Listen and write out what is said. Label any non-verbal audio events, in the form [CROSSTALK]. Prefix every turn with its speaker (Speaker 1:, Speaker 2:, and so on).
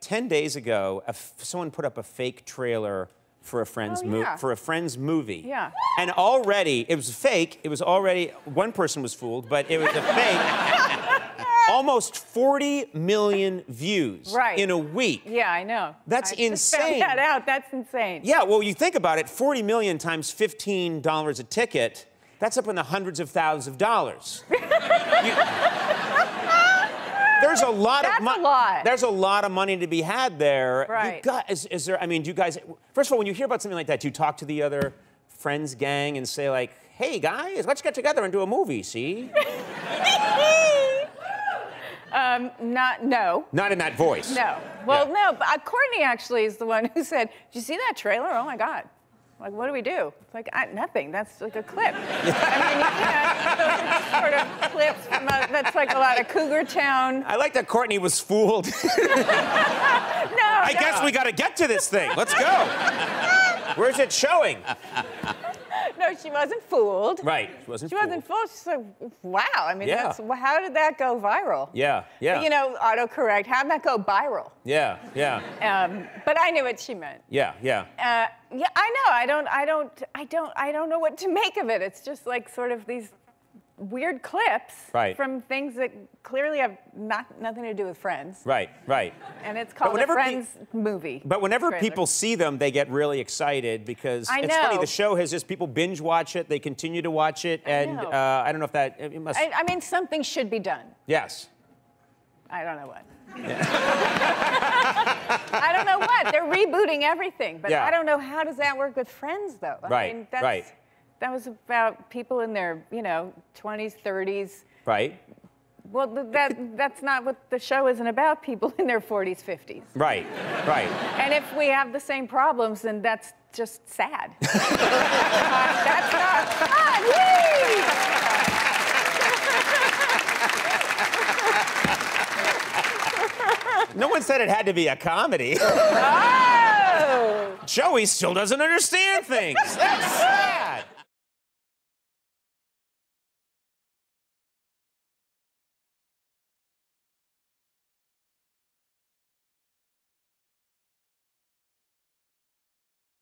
Speaker 1: 10 days ago, a f- someone put up a fake trailer for a friend's
Speaker 2: Oh,
Speaker 1: mo-
Speaker 2: yeah.
Speaker 1: for a friend's movie.
Speaker 2: Yeah.
Speaker 1: And already it was fake. It was already one person was fooled, but it was a fake.
Speaker 2: [LAUGHS]
Speaker 1: Almost 40 million views
Speaker 2: Right.
Speaker 1: in a week.
Speaker 2: Yeah, I know.
Speaker 1: That's
Speaker 2: I just found
Speaker 1: insane.
Speaker 2: that out. That's insane.
Speaker 1: Yeah, well, you think about it, 40 million times $15 a ticket, that's up in the hundreds of thousands of
Speaker 2: [LAUGHS]
Speaker 1: dollars. You- there's a lot
Speaker 2: That's
Speaker 1: of
Speaker 2: a
Speaker 1: money.
Speaker 2: lot.
Speaker 1: There's a lot of money to be had there. You
Speaker 2: Right.
Speaker 1: got- is, is there, I mean, do you guys, first of all, when you hear about something like that, do you talk to the other friends gang and say, like, hey, guys, let's get together and do a movie, see?
Speaker 2: um, not no.
Speaker 1: Not in that voice.
Speaker 2: No. Well,
Speaker 1: Yeah.
Speaker 2: no. But uh, Courtney actually is the one [LAUGHS] who said, "Did you see that trailer? Oh my God! Like, what do we do? It's like I, nothing. That's like a
Speaker 1: [LAUGHS]
Speaker 2: clip. I mean, you know, sort of clips. From a, that's like a lot of Cougar Town.
Speaker 1: I like that Courtney was fooled. [LAUGHS]
Speaker 2: No.
Speaker 1: I guess we gotta get to this thing. Let's
Speaker 2: [LAUGHS]
Speaker 1: go. Where's it showing?
Speaker 2: No, she wasn't fooled.
Speaker 1: Right. She wasn't
Speaker 2: She wasn't fooled. She's like, wow. I mean,
Speaker 1: Yeah.
Speaker 2: that's how did that go viral?
Speaker 1: Yeah, yeah.
Speaker 2: You know, autocorrect. How'd that go viral?
Speaker 1: Yeah, yeah,
Speaker 2: Um, but I knew what she meant.
Speaker 1: yeah, yeah.
Speaker 2: Uh, yeah, I know. I don't. I don't. I don't. I don't know what to make of it. It's just like sort of these weird clips
Speaker 1: Right.
Speaker 2: from things that clearly have not nothing to do with Friends,
Speaker 1: Right, right.
Speaker 2: and it's called a
Speaker 1: whenever pe-
Speaker 2: Friends movie.
Speaker 1: But whenever
Speaker 2: trailer.
Speaker 1: people see them, they get really excited because
Speaker 2: I
Speaker 1: it's funny.
Speaker 2: know.
Speaker 1: The show has just people binge watch it, they continue to watch it, and
Speaker 2: know.
Speaker 1: uh, I don't know if that it must.
Speaker 2: I, I mean, something should be done.
Speaker 1: yes.
Speaker 2: I don't know what. I don't know what. They're rebooting everything, but
Speaker 1: Yeah.
Speaker 2: I don't know how does that work with friends though. I
Speaker 1: Right,
Speaker 2: mean, that's,
Speaker 1: right.
Speaker 2: That was about people in their you know 20s, 30s.
Speaker 1: Right.
Speaker 2: Well, th- that that's not what the show isn't about. People in their 40s, 50s.
Speaker 1: Right. Right.
Speaker 2: And if we have the same problems, then that's just sad. that's not fun. Whee!
Speaker 1: No one said it had to be a comedy. [LAUGHS]
Speaker 2: Oh.
Speaker 1: Joey still doesn't understand things. That's sad.